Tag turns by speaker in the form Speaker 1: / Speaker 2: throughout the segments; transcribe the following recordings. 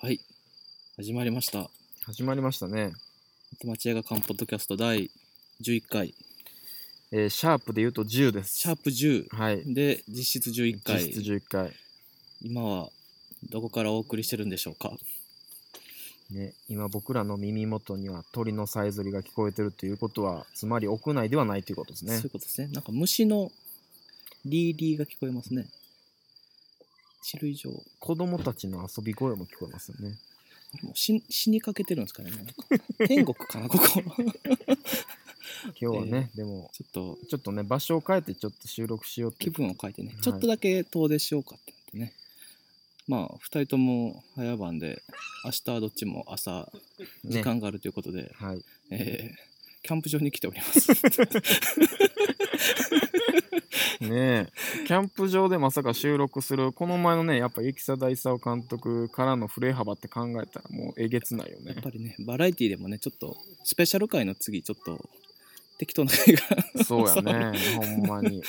Speaker 1: はい。始まりました。
Speaker 2: 始まりましたね。
Speaker 1: 町映画館ポッドキャスト第11回。
Speaker 2: えーシャープで言うと10です。
Speaker 1: シャープ10
Speaker 2: はい。
Speaker 1: で実質11
Speaker 2: 実
Speaker 1: 回。
Speaker 2: 質11回。
Speaker 1: 今はどこからお送りしてるんでしょうか
Speaker 2: ね、今僕らの耳元には鳥のさえずりが聞こえてるということは、つまり屋内ではないということです
Speaker 1: そう
Speaker 2: ね
Speaker 1: いう。ことですね。なんか虫のリーリーが聞こえますね。種類上。
Speaker 2: 子供たちの遊び声も聞こえますよね。
Speaker 1: あれもう死死にかけてるんですかね。もうなんか天国かな、ここ。
Speaker 2: 今日はね、でも、
Speaker 1: ちょっと
Speaker 2: ちょっとね、場所を変えてちょっと収録しようってい
Speaker 1: 気
Speaker 2: う。
Speaker 1: 分を変えてね
Speaker 2: は、い
Speaker 1: ちょっとだけ遠出しようかってなってね。まあ、2人とも早番で、明日はどっちも朝、時
Speaker 2: ね。
Speaker 1: 間があるということで、
Speaker 2: はい。
Speaker 1: えーキャンプ場に来ており ます。
Speaker 2: ねえキャンプ場でまさか収録する、この前のね、やっぱ雪貞勲監督からの振れ幅って考えたらもうえげつないよ
Speaker 1: や
Speaker 2: ね
Speaker 1: っ。ぱりね、バラエティでもね、ちょっと、スペシャル回の次、ちょっと、適当な回が、
Speaker 2: そうやね、ほんまに。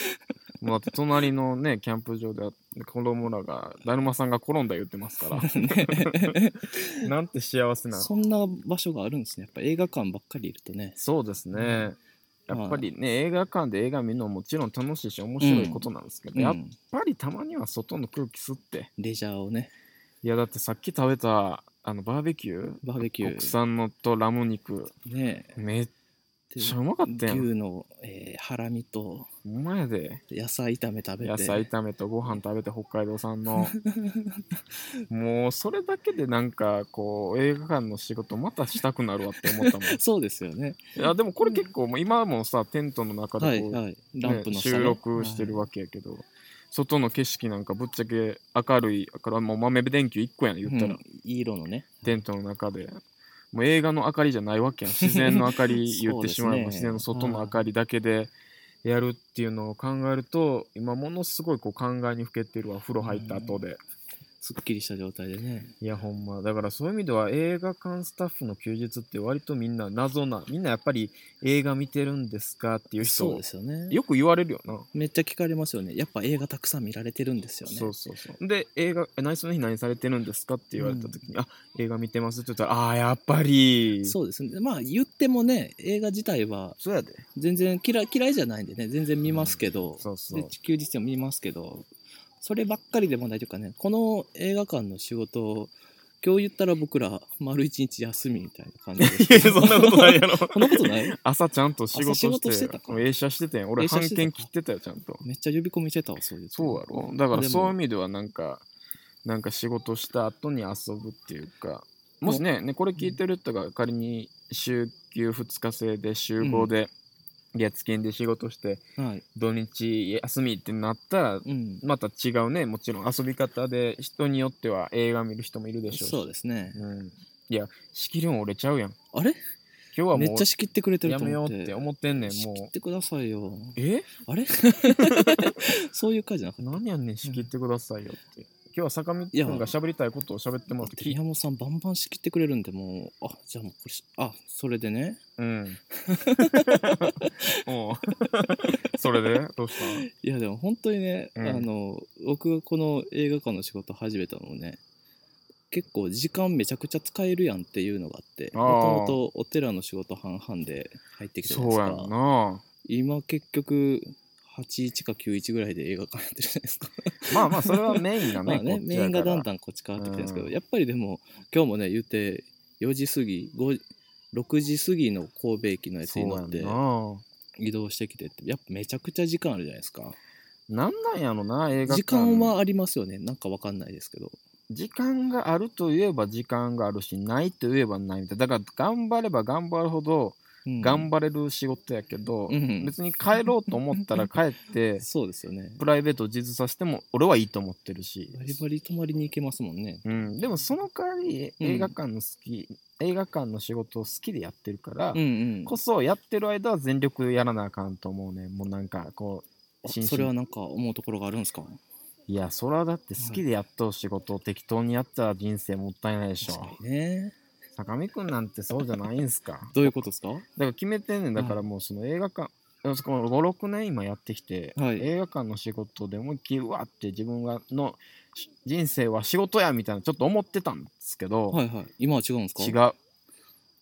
Speaker 2: もうだって隣のね、キャンプ場では子供らが、だるまさんが転んだ言ってますから、
Speaker 1: ね、
Speaker 2: なんて幸せな。
Speaker 1: そんな場所があるんですね。やっぱ映画館ばっかりいるとね、
Speaker 2: そうですね。やっぱりね、映画館で映画見るのももちろん楽しいし、面白いことなんですけど、
Speaker 1: う
Speaker 2: やっ
Speaker 1: ん、
Speaker 2: ぱりたまには外の空気吸って。
Speaker 1: レジャーをね、
Speaker 2: いや、だってさっき食べた、あの、バーベキュー
Speaker 1: バーベキュ
Speaker 2: 国
Speaker 1: ー、
Speaker 2: 産のとラム肉、
Speaker 1: ね、
Speaker 2: めっ
Speaker 1: で
Speaker 2: ちゃうまかったやん。
Speaker 1: 牛の、えーハラミと
Speaker 2: ほんまやで。
Speaker 1: 野菜炒め食べて、
Speaker 2: 野菜炒めとご飯食べて北海道 産のもうそれだけでなんかこう映画館の仕事またしたくなるわって思っ たもんい
Speaker 1: そうですよね。
Speaker 2: やでもこれ結構もう今もさテントの中
Speaker 1: は
Speaker 2: でこ
Speaker 1: い、
Speaker 2: う、
Speaker 1: はい。
Speaker 2: ね
Speaker 1: ランプの下ね
Speaker 2: 収録してるわけやけど、外の景色なんかぶっちゃけ明るいからもう豆電球1個やね言ったら、
Speaker 1: うんいい色のね。
Speaker 2: テントの中で。もう映画の明かりじゃないわけやん自然の明かり言ってしまえば、
Speaker 1: そうですね
Speaker 2: 自然の外の明かりだけでやるっていうのを考えると今ものすごいこう考えにふけてるわ風呂入った後で、
Speaker 1: すっきりした状態でね。
Speaker 2: いやほんまだからそういう意味では映画館スタッフの休日って割とみんな謎なみんなやっぱり映画見てるんですかっていう
Speaker 1: そう
Speaker 2: 人
Speaker 1: ですよね。
Speaker 2: よく言われるよな
Speaker 1: めっちゃ聞かれますよね。やっぱ映画たくさん見られてるんですよね。
Speaker 2: そうそうそうで映画え「何その日何されてるんですか?」って言われた時に「あ映画見てます」って言ったら「ああーやっぱり
Speaker 1: そうですね。まあ言ってもね、映画自体は
Speaker 2: そうやで
Speaker 1: 全然嫌い嫌いじゃないんでね、全然見ますけど、
Speaker 2: そうそう
Speaker 1: で地球実践も見ますけど、そればっかりでもないというかね、この映画館の仕事を、今日言ったら僕ら丸一日休みみたいな感じ
Speaker 2: いや、そんなことない
Speaker 1: よ。
Speaker 2: やろ。
Speaker 1: そんなことない
Speaker 2: 朝ちゃんと仕事して、
Speaker 1: 朝仕事してたか
Speaker 2: 映写しててん。
Speaker 1: 映
Speaker 2: 俺、
Speaker 1: 写
Speaker 2: 半
Speaker 1: してたか
Speaker 2: 券切ってたよ、ちゃんと。
Speaker 1: めっちゃ呼び込みしてたわ、そういう。
Speaker 2: そうやろ。だか
Speaker 1: でも
Speaker 2: ら、そういう意味では、なんか、なんか仕事した後に遊ぶっていうか、もしね、ねこれ聞いてる人が仮に週休2日制で、週5で、月金で仕事して、
Speaker 1: はい。
Speaker 2: 土日休みってなったら、
Speaker 1: うん。
Speaker 2: また違うね、もちろん遊び方で、人によっては映画見る人もいるでしょうし。
Speaker 1: そうですね。
Speaker 2: うん。いや、仕切りも折れちゃうやん。
Speaker 1: あれ
Speaker 2: 今日は
Speaker 1: め
Speaker 2: も
Speaker 1: っちゃ仕切ってくれて
Speaker 2: う、
Speaker 1: る
Speaker 2: や
Speaker 1: と
Speaker 2: めよ
Speaker 1: 思
Speaker 2: う
Speaker 1: っ。
Speaker 2: ってて思ってんねん、
Speaker 1: 仕
Speaker 2: も
Speaker 1: 切
Speaker 2: う
Speaker 1: っ。てくださいよ。
Speaker 2: え
Speaker 1: あれ そういう回じゃなかった。
Speaker 2: 何やねん仕切ってくださいよって今日は坂見
Speaker 1: いや
Speaker 2: 君が喋りたいことを喋ってもら
Speaker 1: だ
Speaker 2: っ
Speaker 1: ってて
Speaker 2: 聞い
Speaker 1: 宮本さんバンバン仕切ってくれるんでもうあじゃあもうこれしあそれでね
Speaker 2: うん おうそれでどうした
Speaker 1: いやでも本当にね、
Speaker 2: うん
Speaker 1: あの僕がこの映画館の仕事始めたのもね結構時間めちゃくちゃ使えるやんっていうのがあって
Speaker 2: あ
Speaker 1: も
Speaker 2: ー
Speaker 1: ともとお寺の仕事半々で入ってきてるん
Speaker 2: そう
Speaker 1: です
Speaker 2: や
Speaker 1: か
Speaker 2: んな
Speaker 1: 今結局81か91ぐらいで映画館やってるじゃないですか
Speaker 2: まあまあそれはメイン が
Speaker 1: ま
Speaker 2: ね
Speaker 1: あねメインがだんだんこっち変わってきてるんですけど、
Speaker 2: うん
Speaker 1: やっぱりでも今日もね言って4時過ぎ5 6時過ぎの神戸駅のやつ
Speaker 2: そう
Speaker 1: に
Speaker 2: や
Speaker 1: 乗っ
Speaker 2: ん
Speaker 1: て
Speaker 2: な
Speaker 1: 移動してきてってやっぱめちゃくちゃ時間あるじゃないですか
Speaker 2: なんなんやろな映画館
Speaker 1: 時間はありますよねなんかわかんないですけど
Speaker 2: 時間があるといえば時間があるしないといえばないみたいなだから頑張れば頑張るほど頑
Speaker 1: 張
Speaker 2: 張れる仕事やけど、
Speaker 1: うん
Speaker 2: 別に帰ろうと思ったら帰 って
Speaker 1: そうですよね
Speaker 2: プライベートを実させても俺はいいと思ってるし
Speaker 1: バリバリ泊まりに行けますもんね
Speaker 2: うん、でもその代わり
Speaker 1: うん
Speaker 2: 映画館の好き、映画館の仕事を好きでやってるから、
Speaker 1: うんうん
Speaker 2: こそやってる間は全力やらなあかんと思うねもうなんかこう
Speaker 1: あそれはなんか思うところがあるんですか
Speaker 2: いやそれはだって好きでやっとう仕事を適当にやったら人生もったいないでし
Speaker 1: 確
Speaker 2: ょ
Speaker 1: かにね
Speaker 2: 坂見くんなんてそうじゃないんすかだか
Speaker 1: どういうことですから
Speaker 2: 決めてんねんだからもうその映画館この56年今やってきて、
Speaker 1: はい
Speaker 2: 映画館の仕事で思いっきりうわって自分がのし人生は仕事やみたいなちょっと思ってたんですけど、
Speaker 1: はいはい今は違うんですか
Speaker 2: 違
Speaker 1: う
Speaker 2: う
Speaker 1: 断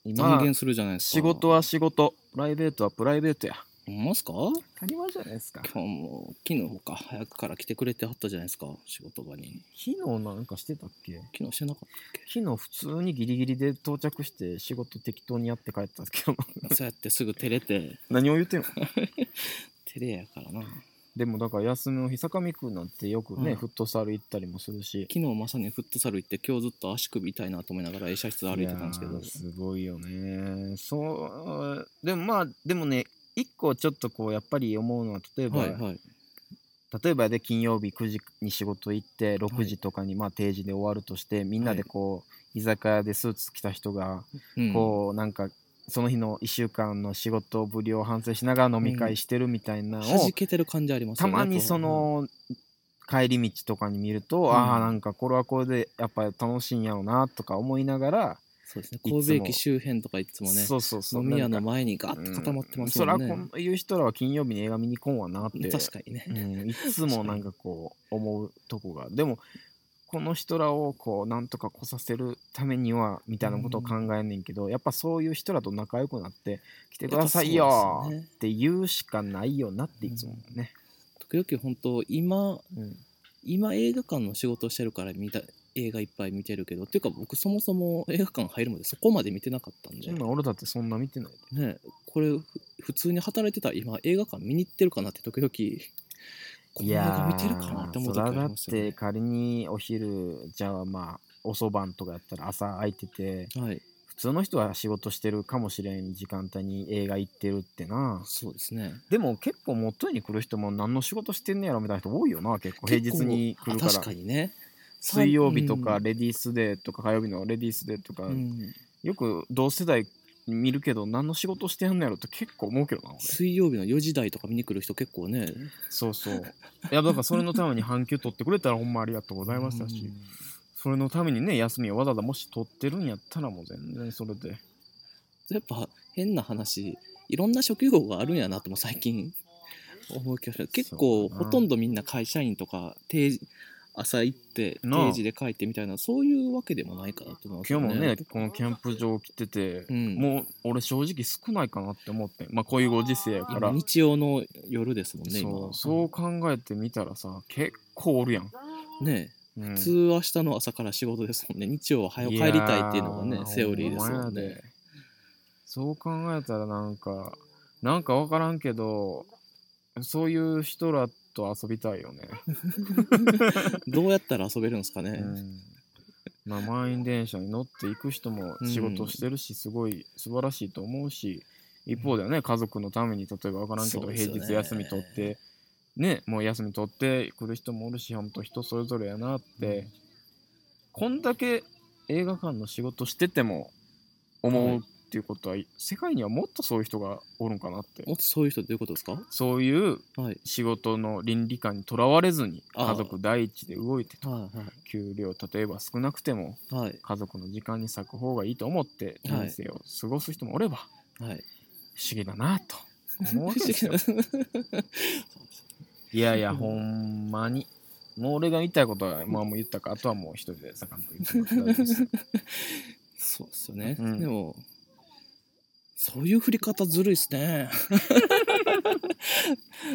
Speaker 2: 今
Speaker 1: 言するじゃないですか
Speaker 2: 仕事は仕事プライベートはプライベートや
Speaker 1: ほんますか
Speaker 2: 当たり前じゃないですか
Speaker 1: 今日も昨日か早くから来てくれてはったじゃないですか仕事場に
Speaker 2: 昨日なんかしてたっけ
Speaker 1: 昨日してなかっ
Speaker 2: 昨日普通にギリギリで到着して仕事適当にやって帰ったんですけど
Speaker 1: たそうやってすぐ照れて
Speaker 2: 何を言ってんの
Speaker 1: 照れやからな昨
Speaker 2: でもだから休みの日坂見くんなんてよくね、
Speaker 1: うん
Speaker 2: フットサル行ったりもするし
Speaker 1: 日まさにフットサル行って今日ずっと足首痛いなと思いながら映写室歩いてたんですけ
Speaker 2: いや
Speaker 1: ど
Speaker 2: ーすごいよねそうでもまあでもね一個ちょっとこうやっぱり思うのは例えば、
Speaker 1: はいはい
Speaker 2: 例えばで金曜日9時に仕事行って
Speaker 1: は
Speaker 2: 6
Speaker 1: い
Speaker 2: 時とかにまあ定時で終わるとして、みんなでこう、居酒屋でスーツ着た人が
Speaker 1: うん
Speaker 2: こうなんかその日の1週間の仕事ぶりを反省しながら飲み会してるみたいなのを、
Speaker 1: 弾けてる感じありますよ
Speaker 2: た
Speaker 1: ね
Speaker 2: まにその帰り道とかに見ると、
Speaker 1: ん
Speaker 2: ああなんかこれはこれでやっぱり楽しいんやろうなとか思いながら、
Speaker 1: そうですね
Speaker 2: いつも
Speaker 1: 神戸駅周辺とかいつもね
Speaker 2: そうそうそう
Speaker 1: 飲み屋
Speaker 2: な
Speaker 1: の
Speaker 2: んか
Speaker 1: 前にガッと固まってますもん
Speaker 2: うんそ
Speaker 1: ね
Speaker 2: らこういう人らは金曜日に映画見に来んわなって
Speaker 1: 確かにね
Speaker 2: うん、いつもなんかこう思うとこがでもこの人らをこうなんとか来させるためにはみたいなことを考えんねんけど、やっぱそういう人らと仲良くなって来てくださいよ
Speaker 1: そうです
Speaker 2: ーっ
Speaker 1: ね
Speaker 2: て言うしかないよなっていつも思うね、
Speaker 1: 時々本当今
Speaker 2: うん
Speaker 1: 今映画館の仕事をしてるから見た映画いっぱい見てるけどっていうか僕そもそも映画館入るまでそこまで見てなかったんで、
Speaker 2: 今俺だってそんな見てない
Speaker 1: ね、これふ普通に働いてたら今映画館見に行ってるかなって時々この映画見てるかなって思う
Speaker 2: い
Speaker 1: 時
Speaker 2: や
Speaker 1: あ
Speaker 2: ーそ
Speaker 1: り
Speaker 2: らだっ
Speaker 1: ますよ、
Speaker 2: て
Speaker 1: ね、
Speaker 2: 仮にお昼じゃあまあ遅番とかやったら朝空いてて
Speaker 1: はい
Speaker 2: 普通の人は仕事してるかもしれん時間帯に映画行ってるってな
Speaker 1: そうですね
Speaker 2: でも結構元に来る人も何の仕事してんねやろみたいな人多いよな結構平日に来るか
Speaker 1: あ確からにねさ
Speaker 2: 水曜日とか
Speaker 1: うん
Speaker 2: レディースデーとか火曜日のレディースデーとか、
Speaker 1: うん
Speaker 2: よく同世代見るけど何の仕事してんねやろって結構思うけどな俺
Speaker 1: 水曜日の4時台とか見に来る人結構ね
Speaker 2: そうそういやだからそれのために半休取ってくれたらほんまありがとうございましたし、
Speaker 1: うん
Speaker 2: それのためにね休みをわざわざもし取ってるんやったらもう全然それで
Speaker 1: やっぱ変な話いろんな職業があるんやなとも最近思うけど結構
Speaker 2: そうだな
Speaker 1: ほとんどみんな会社員とか定時朝行って
Speaker 2: なあ
Speaker 1: 定時で帰ってみたいなそういうわけでもないかなと思うんです
Speaker 2: 今
Speaker 1: よ
Speaker 2: 日もねこのキャンプ場来てて、
Speaker 1: うん
Speaker 2: もう俺正直少ないかなって思ってまあこういうご時世やから
Speaker 1: 今日曜の夜ですもんね
Speaker 2: そ
Speaker 1: 今
Speaker 2: うそう考えてみたらさ結構おるやん、
Speaker 1: ね
Speaker 2: うん
Speaker 1: 普通明日の朝から仕事ですもんね日曜は早く帰りたいっていうのが
Speaker 2: や
Speaker 1: ねセオリーです
Speaker 2: ほん
Speaker 1: もん
Speaker 2: まや
Speaker 1: ね
Speaker 2: でそう考えたらなんかなんか分からんけどそういう人らと遊びたいよね、
Speaker 1: どうやったら遊べるんですかね、
Speaker 2: うんまあ、満員電車に乗っていく人も仕事してるし、すごい素晴らしいと思うし一方ではね家族のために例えば分からんけ
Speaker 1: そ
Speaker 2: ど、
Speaker 1: うですよ
Speaker 2: 平
Speaker 1: ね
Speaker 2: 日休み取ってねもう休み取って来る人もおるしほんと人それぞれやなって、こんだけ映画館の仕事してても
Speaker 1: は
Speaker 2: 思
Speaker 1: いう
Speaker 2: っていうことは、世界にはもっとそういう人がおるんかなって
Speaker 1: もっとそういう人どういうことですか
Speaker 2: そういう
Speaker 1: はい
Speaker 2: 仕事の倫理観にとらわれずに
Speaker 1: あー
Speaker 2: 家族第一で動いて
Speaker 1: はいはい
Speaker 2: 給料例えば少なくても
Speaker 1: はい
Speaker 2: 家族の時間に割く方がいいと思って人
Speaker 1: はい
Speaker 2: 生を過ごす人もおれば
Speaker 1: はい
Speaker 2: 不思議だなと思うわけで すよいやいやほんまにもう俺が言いたいことはまあもう言ったかあとはもう一人で坂本君言ってもらって大丈夫です
Speaker 1: そうですよね、
Speaker 2: うん
Speaker 1: でもそういう振り方ずるいっす ね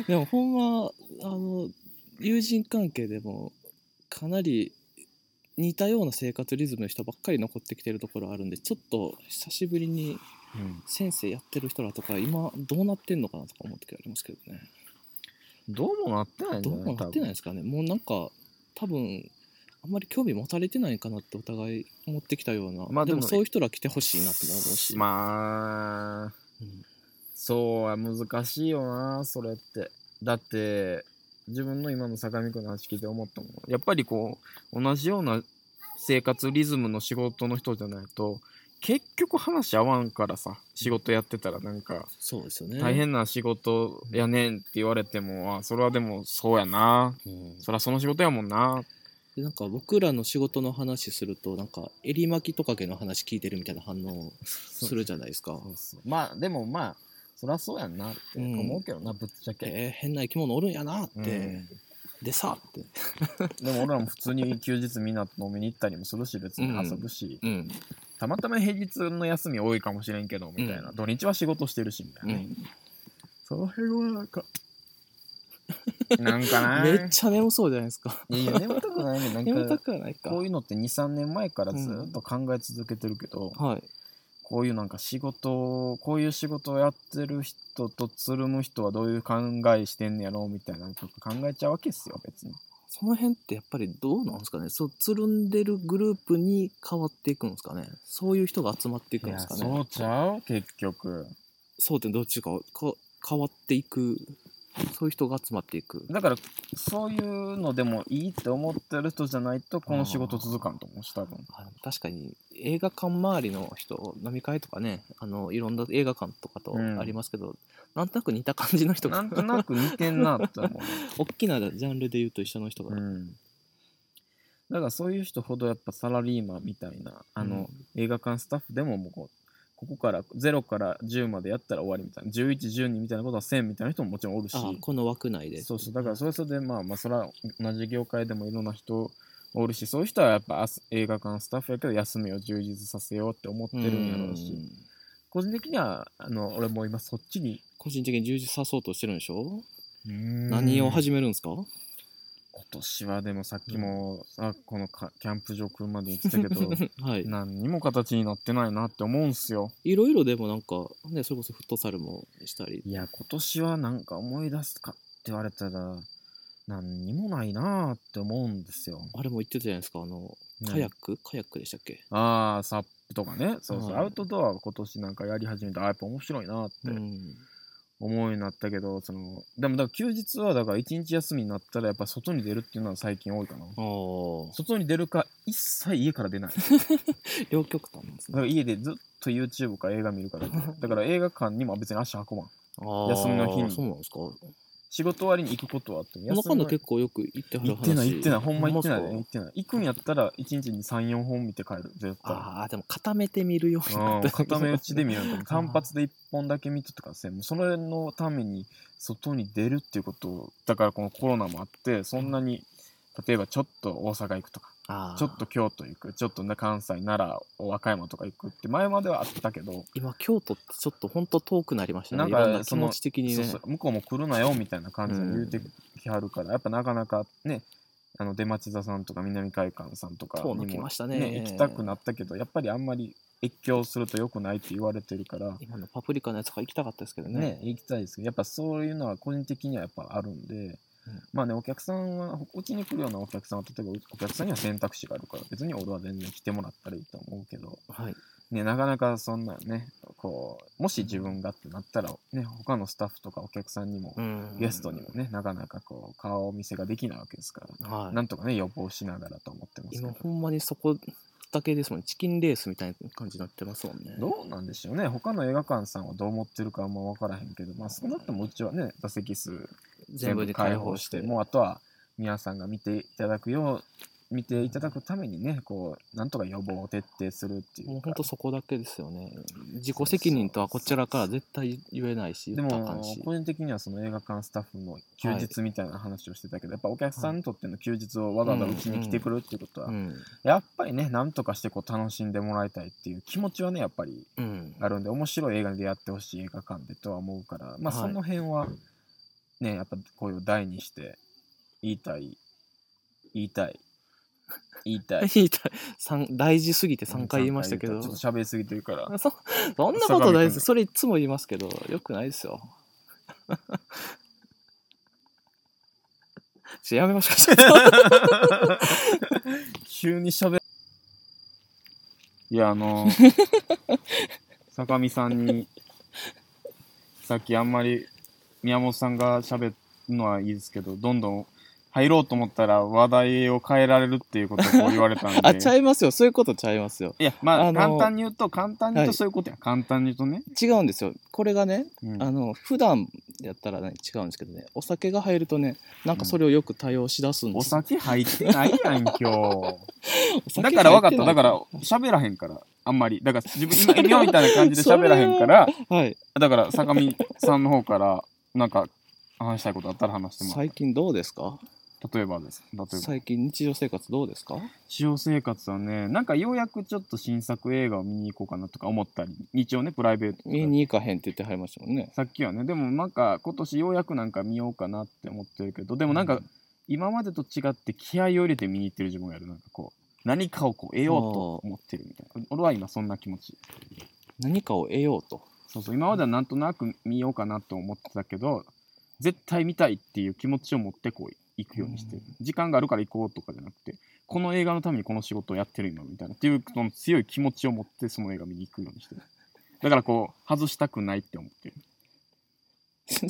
Speaker 1: でもほんまあの友人関係でもかなり似たような生活リズムの人ばっかり残ってきてるところあるんでちょっと久しぶりに
Speaker 2: うん
Speaker 1: 先生やってる人らとか今どうなってんのかなとか思ってきますけどね
Speaker 2: どうもなってないんじ
Speaker 1: どう
Speaker 2: ゃない
Speaker 1: なってないですかねもうなんか多分あんまり興味持たれてないかなってお互い思ってきたような、
Speaker 2: まあ
Speaker 1: で
Speaker 2: でも
Speaker 1: もそういう人ら来てほしいなって思うし、
Speaker 2: まあ
Speaker 1: うん
Speaker 2: そうは難しいよなそれってだって自分の今の坂見君の話聞いて思ったもんやっぱりこう同じような生活リズムの仕事の人じゃないと結局話合わんからさ仕事やってたらなんか
Speaker 1: そうですよね
Speaker 2: 大、変な仕事やねんって言われてもあそれはでもそうやな
Speaker 1: うん
Speaker 2: そりゃその仕事やもんな
Speaker 1: でなんか僕らの仕事の話するとなんかエリマキトカゲの話聞いてるみたいな反応するじゃないですか
Speaker 2: まあでもまあそりゃそうやんなって
Speaker 1: 思う
Speaker 2: けどな、ぶっちゃ
Speaker 1: えー変な生き物おるんやなって、
Speaker 2: うん
Speaker 1: でさって
Speaker 2: でも俺らも普通に休日みんなと飲みに行ったりもするし別に遊ぶし、
Speaker 1: うん、
Speaker 2: たまたま平日の休み多いかもしれんけどみたいな、
Speaker 1: う
Speaker 2: 土日は仕事してるしみたいなね、その辺はなんかなんか な
Speaker 1: めっちゃ眠そうじゃないですか
Speaker 2: いやいや眠たくないねな
Speaker 1: 眠
Speaker 2: ん
Speaker 1: た
Speaker 2: か
Speaker 1: くはないか
Speaker 2: こういうのって23年前からずっと考え続けてるけど、
Speaker 1: はい
Speaker 2: こういうなんか仕事をこういう仕事をやってる人とつるむ人はどういう考えしてんねやろうみたいなこと考えちゃうわけっすよ別に
Speaker 1: その辺ってやっぱりどうなんですかねそうつるんでるグループに変わっていくんですかねそういう人が集まっていくんですかね
Speaker 2: そうちゃう結局
Speaker 1: そうってどっちかか変わっていくそういう人が集まっていく
Speaker 2: だからそういうのでもいいって思ってる人じゃないとこの仕事続かんと思うし多分
Speaker 1: あの確かに映画館周りの人飲み会とかねあのいろんな映画館とかと
Speaker 2: うん
Speaker 1: ありますけど、なんとなく似た感じの人
Speaker 2: な
Speaker 1: が
Speaker 2: んとなく似てんなって思う、
Speaker 1: 大きなジャンルで言うと一緒の人が、
Speaker 2: うん、だからそういう人ほどやっぱサラリーマンみたいなあの、映画館スタッフでももうこうここから0から10までやったら終わりみたいな1112みたいなことは1000みたいな人ももちろんおるし
Speaker 1: あこの枠内で
Speaker 2: そうそうだからそれはそれでまあまあそれは同じ業界でもいろんな人おるしそういう人はやっぱあす映画館スタッフやけど休みを充実させようって思って
Speaker 1: う
Speaker 2: るんやろうんし個人的にはあの俺も今そっちに
Speaker 1: 個人的に充実さそうとしてるんでしょ、何を始めるんですか
Speaker 2: 今年はでもさっきも、あこのかキャンプ場来るまで言ってたけ ど
Speaker 1: はい
Speaker 2: 何にも形になってないなって思うんすよ
Speaker 1: いろいろでもなんかねそれこそフットサルもしたり
Speaker 2: いや今年はなんか思い出すかって言われたら何にもないなって思うんですよ
Speaker 1: あれも言ってたじゃないですかあのカヤック、カヤックでしたっけ、
Speaker 2: ああサップとかねそうそう、
Speaker 1: はい
Speaker 2: アウトドアは今年なんかやり始めてあーやっぱ面白いなって
Speaker 1: うん、
Speaker 2: 思うようになったけど、そのでもだから休日はだから一日休みになったらやっぱ外に出るっていうのは最近多いかな
Speaker 1: ああ
Speaker 2: 外に出るか一切家から出ない
Speaker 1: 両極端なんです
Speaker 2: だか
Speaker 1: ね
Speaker 2: ら家でずっと YouTube か映画見るからだから映画館にも別に足運ばん休みの日に
Speaker 1: あーそうなんですか
Speaker 2: 仕事終わりに行くことはあっても
Speaker 1: この間
Speaker 2: 休み
Speaker 1: の
Speaker 2: の日
Speaker 1: 結構よく行っては
Speaker 2: 行
Speaker 1: る
Speaker 2: って
Speaker 1: 話
Speaker 2: ない行ってないほんま行ってない
Speaker 1: ほん
Speaker 2: 行
Speaker 1: まっ
Speaker 2: ってない行くんやったら1日に34本見て帰る絶
Speaker 1: すか
Speaker 2: 対
Speaker 1: ああでも固めて見るようにな った
Speaker 2: 固め打ちで見るんだけど単
Speaker 1: あー
Speaker 2: 発で1本だけ見てとかせもうそれのために外に出るっていうことをだからこのコロナもあってそんなに例えばちょっと大阪行くとか
Speaker 1: あー
Speaker 2: ちょっと京都行くちょっとな関西奈良和歌山とか行くって前まではあったけど、
Speaker 1: 今京都ってちょっと本当遠くなりましたね
Speaker 2: なん
Speaker 1: い
Speaker 2: か
Speaker 1: ろんな気
Speaker 2: その
Speaker 1: 持ち的に
Speaker 2: そ
Speaker 1: ね
Speaker 2: うそう向こうも来るなよみたいな感じで言うてきはるから、やっぱなかなかねあの出町座さんとか南海館さんとか
Speaker 1: 遠
Speaker 2: に
Speaker 1: のき
Speaker 2: も
Speaker 1: ま、したね
Speaker 2: ね、行きたくなったけどやっぱりあんまり越境すると良くないって言われてるから。
Speaker 1: 今のパプリカのやつとか行きたかったですけどね
Speaker 2: ね、行きたいですけどやっぱそういうのは個人的にはやっぱあるんで、まあねお客さんはうちに来るようなお客さんは例えばお客さんには選択肢があるから別に俺は全然来てもらったらいいと思うけど、
Speaker 1: はい
Speaker 2: ね、なかなかそんなねこうもし自分がってなったら、ね、他のスタッフとかお客さんにも、
Speaker 1: うん
Speaker 2: ゲストにもねなかなかこう顔見せができないわけですから、
Speaker 1: はい
Speaker 2: なんとかね予防しながらと思ってますけ
Speaker 1: 今
Speaker 2: ど。
Speaker 1: ほんまにそこだけですもんねチキンレースみたいな感じになってますもんね
Speaker 2: どうなんでしょうね他の映画館さんはどう思ってるかはあんま分からへんけど、まあ、少なくともうちはね座席数全
Speaker 1: 全部
Speaker 2: 部
Speaker 1: で
Speaker 2: 開
Speaker 1: 解
Speaker 2: 放
Speaker 1: 放
Speaker 2: し
Speaker 1: してて
Speaker 2: もうあとは皆さんが見ていただくよう見ていただくためにねこうなんとか予防を徹底するってい
Speaker 1: もう
Speaker 2: う
Speaker 1: ほん
Speaker 2: か
Speaker 1: とそこだけですよね自己責任とはこちらから絶対言えないし
Speaker 2: で
Speaker 1: 言ったらあか
Speaker 2: も
Speaker 1: んし
Speaker 2: 個人的にはその映画館スタッフの休日みたいな話をしてたけど、やっぱお客さんにとっての休日をわざわざうちに来てくるっていうことは、
Speaker 1: うん
Speaker 2: やっぱりねなんとかしてこう楽しんでもらいたいっていう気持ちはねやっぱり
Speaker 1: うん
Speaker 2: あるんで面白い映画に出会ってほしい映画館でとは思うからまあ
Speaker 1: はい
Speaker 2: その辺はねやっぱ声を大にして言いたい言いたい言いたい
Speaker 1: 言いたい 三大事すぎて3回言いましたけ
Speaker 2: ち
Speaker 1: ど
Speaker 2: ょっと喋りすぎてるから
Speaker 1: そそんなことないですそれいつも言いますけどよくないですよちょやめましょう
Speaker 2: 急に喋いやあの 坂見さんにさっきあんまり宮本さんが喋るのはいいですけどどんどん入ろうと思ったら話題を変えられるっていうことをこう言われたんで
Speaker 1: あちゃいますよそういうことちゃいますよ
Speaker 2: いやまあ、
Speaker 1: あの
Speaker 2: 簡単に言うと簡単に言う
Speaker 1: はい
Speaker 2: とそういうことや、簡単に言うとね、
Speaker 1: 違うんですよこれがね
Speaker 2: うん
Speaker 1: あの普段やったらね違うんですけどねお酒が入るとねなんかそれをよく対応しだすんで
Speaker 2: お
Speaker 1: すよ、
Speaker 2: 酒入ってないやん今日
Speaker 1: お酒
Speaker 2: だから分かった
Speaker 1: 入て
Speaker 2: だ
Speaker 1: ない
Speaker 2: から喋らへんからあんまりだから自分今今みたいな感じで喋らへんから
Speaker 1: はい
Speaker 2: だから坂見さんの方からなんか話したいことあったら話してもらう
Speaker 1: 最近どうですか
Speaker 2: 例えばです例えば
Speaker 1: 最近日常生活どうですか
Speaker 2: 日常生活はねなんかようやくちょっと新作映画を見に行こうかなとか思ったり一応ねプライベート
Speaker 1: 家に行かへんって言ってはりましたもんね
Speaker 2: さっきはねでもなんか今年ようやくなんか見ようかなって思ってるけどでもなん
Speaker 1: う
Speaker 2: か
Speaker 1: ん
Speaker 2: 今までと違って気合を入れて見に行ってる自分がいるなんかこう何かをこう得ようと思ってるみたいな俺は今そんな気持ち
Speaker 1: 何かを得ようと
Speaker 2: そうそう今まではなんとなく見ようかなと思ってたけど絶対見たいっていう気持ちを持ってこう行くようにしてる時間があるから行こうとかじゃなくてこの映画のためにこの仕事をやってる今みたいなっていうその強い気持ちを持ってその映画見に行くようにしてるだからこう外したくないって思ってる